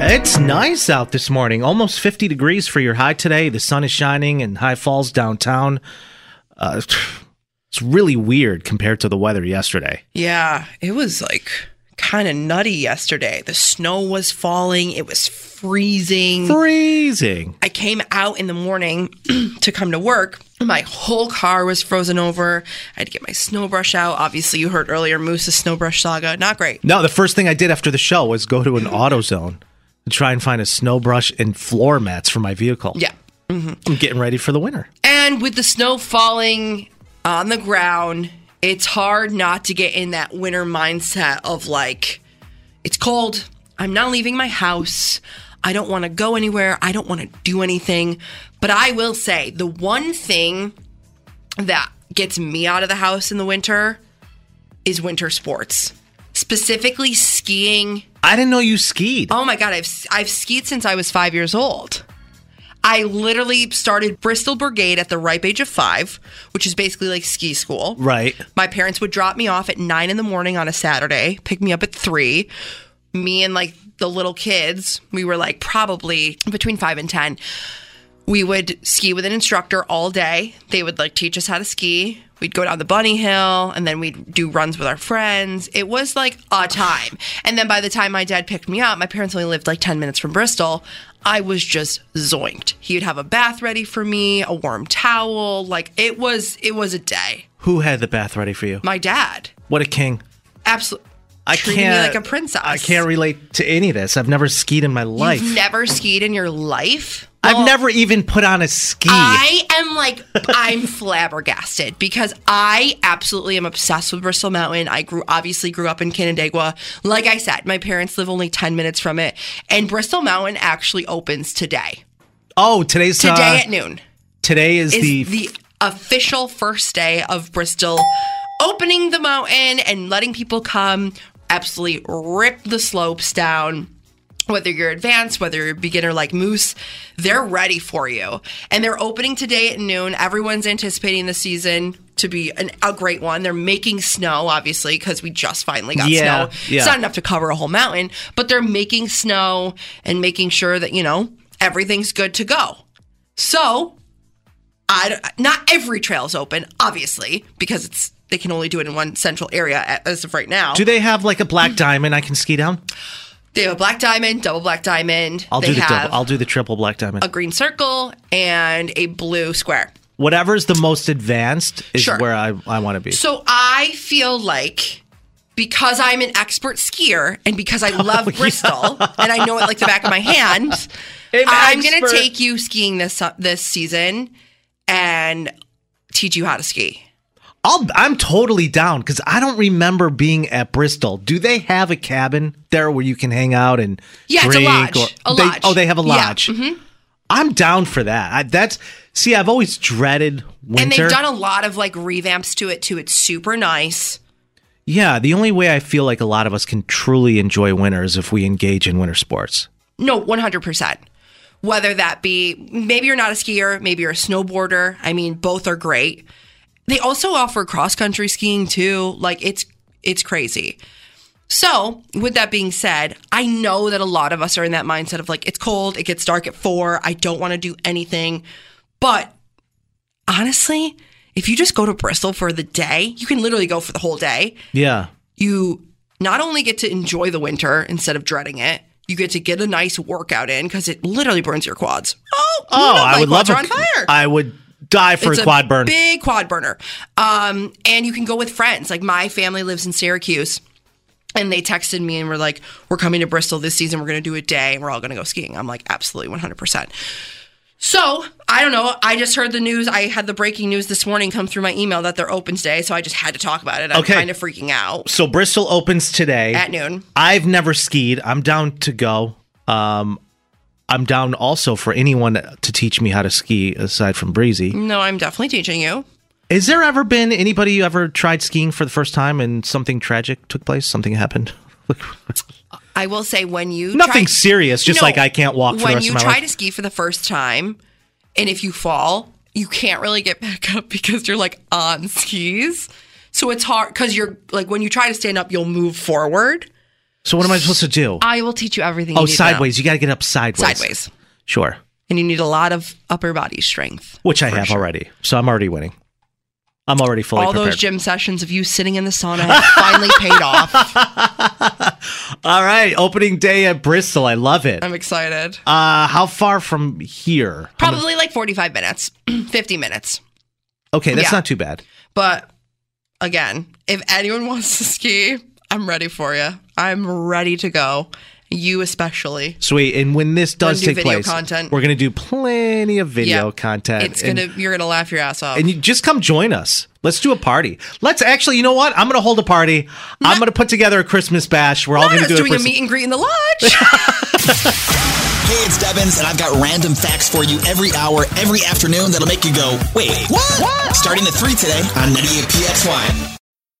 It's nice out this morning. Almost 50 degrees for your high today. The sun is shining and high falls downtown. Uh, it's really weird compared to the weather yesterday. Yeah, it was like kind of nutty yesterday. The snow was falling, it was freezing. Freezing. I came out in the morning to come to work. My whole car was frozen over. I had to get my snow brush out. Obviously, you heard earlier Moose's snow brush saga. Not great. No, the first thing I did after the show was go to an auto zone to try and find a snow brush and floor mats for my vehicle. Yeah. I'm getting ready for the winter. And with the snow falling on the ground, it's hard not to get in that winter mindset of like, it's cold. I'm not leaving my house. I don't want to go anywhere. I don't want to do anything. But I will say the one thing that gets me out of the house in the winter is winter sports, specifically skiing. I didn't know you skied. Oh my god, I've I've skied since I was 5 years old. I literally started Bristol Brigade at the ripe age of 5, which is basically like ski school. Right. My parents would drop me off at 9 in the morning on a Saturday, pick me up at 3. Me and like the little kids, we were like probably between 5 and 10. We would ski with an instructor all day. They would like teach us how to ski. We'd go down the bunny hill and then we'd do runs with our friends. It was like a time. And then by the time my dad picked me up, my parents only lived like 10 minutes from Bristol. I was just zoinked. He'd have a bath ready for me, a warm towel. Like it was, it was a day. Who had the bath ready for you? My dad, What a king. absolutely. I treated can't me like a princess. I can't relate to any of this. I've never skied in my life. You've never skied in your life. I've Well, never even put on a ski. I am like I'm flabbergasted because I absolutely am obsessed with Bristol Mountain. I grew obviously grew up in Canandaigua. Like I said, my parents live only 10 minutes from it and Bristol Mountain actually opens today. oh, today's Today uh, at noon Today is, is the, the, official first day of Bristol opening the mountain and letting people come absolutely rip the slopes down. Whether you're advanced, whether you're a beginner like Moose, they're ready for you. And they're opening today at noon. Everyone's anticipating the season to be an, a great one. They're making snow, obviously, because we just finally got Yeah, snow. yeah. It's not enough to cover a whole mountain, but they're making snow and making sure that, you know, everything's good to go. So I don't- not every trail's open, obviously, because it's they can only do it in one central area a- as of right now. Do they have like a Mm. black diamond I can ski down? They have a black diamond, double black diamond. I'll they do the have double. I'll do the triple black diamond. a green circle and a blue square. Whatever's the most advanced is Sure. where I, I want to be. So I feel like because I'm an expert skier and because Oh, I love Bristol and I know it like the back of my hand, I'm going to expert. take you skiing this su- this season and teach you how to ski. I'll, I'm totally down because I don't remember being at Bristol. Do they have a cabin there where you can hang out and Yeah, it's a drink? lodge. Or, A they, lodge. Oh, they have a Yeah, Mm-hmm. lodge. I'm down for that. I, that's see, I've always dreaded winter. And they've done a lot of like revamps to it too. It's super nice. yeah, the only way I feel like a lot of us can truly enjoy winter is if we engage in winter sports. No, 100%. Whether that be maybe you're not a skier, maybe you're a snowboarder. I mean, both are great. They also offer cross country skiing too. Like it's it's crazy. So, with that being said, I know that a lot of us are in that mindset of like it's cold, it gets dark at 4, I don't want to do anything. But honestly, if you just go to Bristol for the day, you can literally go for the whole day. Yeah. you not only get to enjoy the winter instead of dreading it, You get to get a nice workout in because it literally burns your quads. Oh, who Oh, knows? I My would love quads a, are on fire. I would die for It's a quad burn. Big quad burner. Um, and you can go with friends. Like my family lives in Syracuse. And they texted me and were like, we're coming to Bristol this season. We're going to do a day and we're all going to go skiing. I'm like, absolutely 100%. So I don't know. I just heard the news. I had the breaking news this morning come through my email that they're open today. So I just had to talk about it. I'm Okay. kind of freaking out so Bristol opens today at noon. I've never skied. I'm down to go. Um, I'm down also for anyone to teach me how to ski aside from Breezy. No, I'm definitely teaching you. Is there ever been anybody you ever tried skiing for the first time and something tragic took place? Something happened? I will say when you Nothing try- serious, just No, like I can't walk for the When rest you of my try life. to ski for the first time, and if you fall, you can't really get back up because you're like on skis. So it's hard because you're like when you try to stand up, you'll move forward. so what am I supposed to do? I will teach you everything. you oh, need to know. sideways. You got to get up sideways. sideways, Sure. and you need a lot of upper body strength. Which I For have sure. already. So I'm already winning. I'm already fully All prepared. those gym sessions of you sitting in the sauna have finally paid off. All right, opening day at Bristol. I love it. I'm excited. Uh, how far from here? Probably like 45 minutes, 50 minutes. Okay, that's Yeah. not too bad. But again, if anyone wants to ski, I'm ready for you. I'm ready to go. You especially. Sweet. And when this does do take video place, content. we're going to do plenty of video Yeah. content. It's and, gonna. You're gonna laugh your ass off. and you just come join us. Let's do a party. Let's actually, you know what? I'm going to hold a party. I'm going to put together a Christmas bash. We're all I going to was do doing it. a meet and greet in the lodge. Hey, it's Debbins, and I've got random facts for you every hour, every afternoon that'll make you go, wait, what? Starting at 3 today on 98PXY.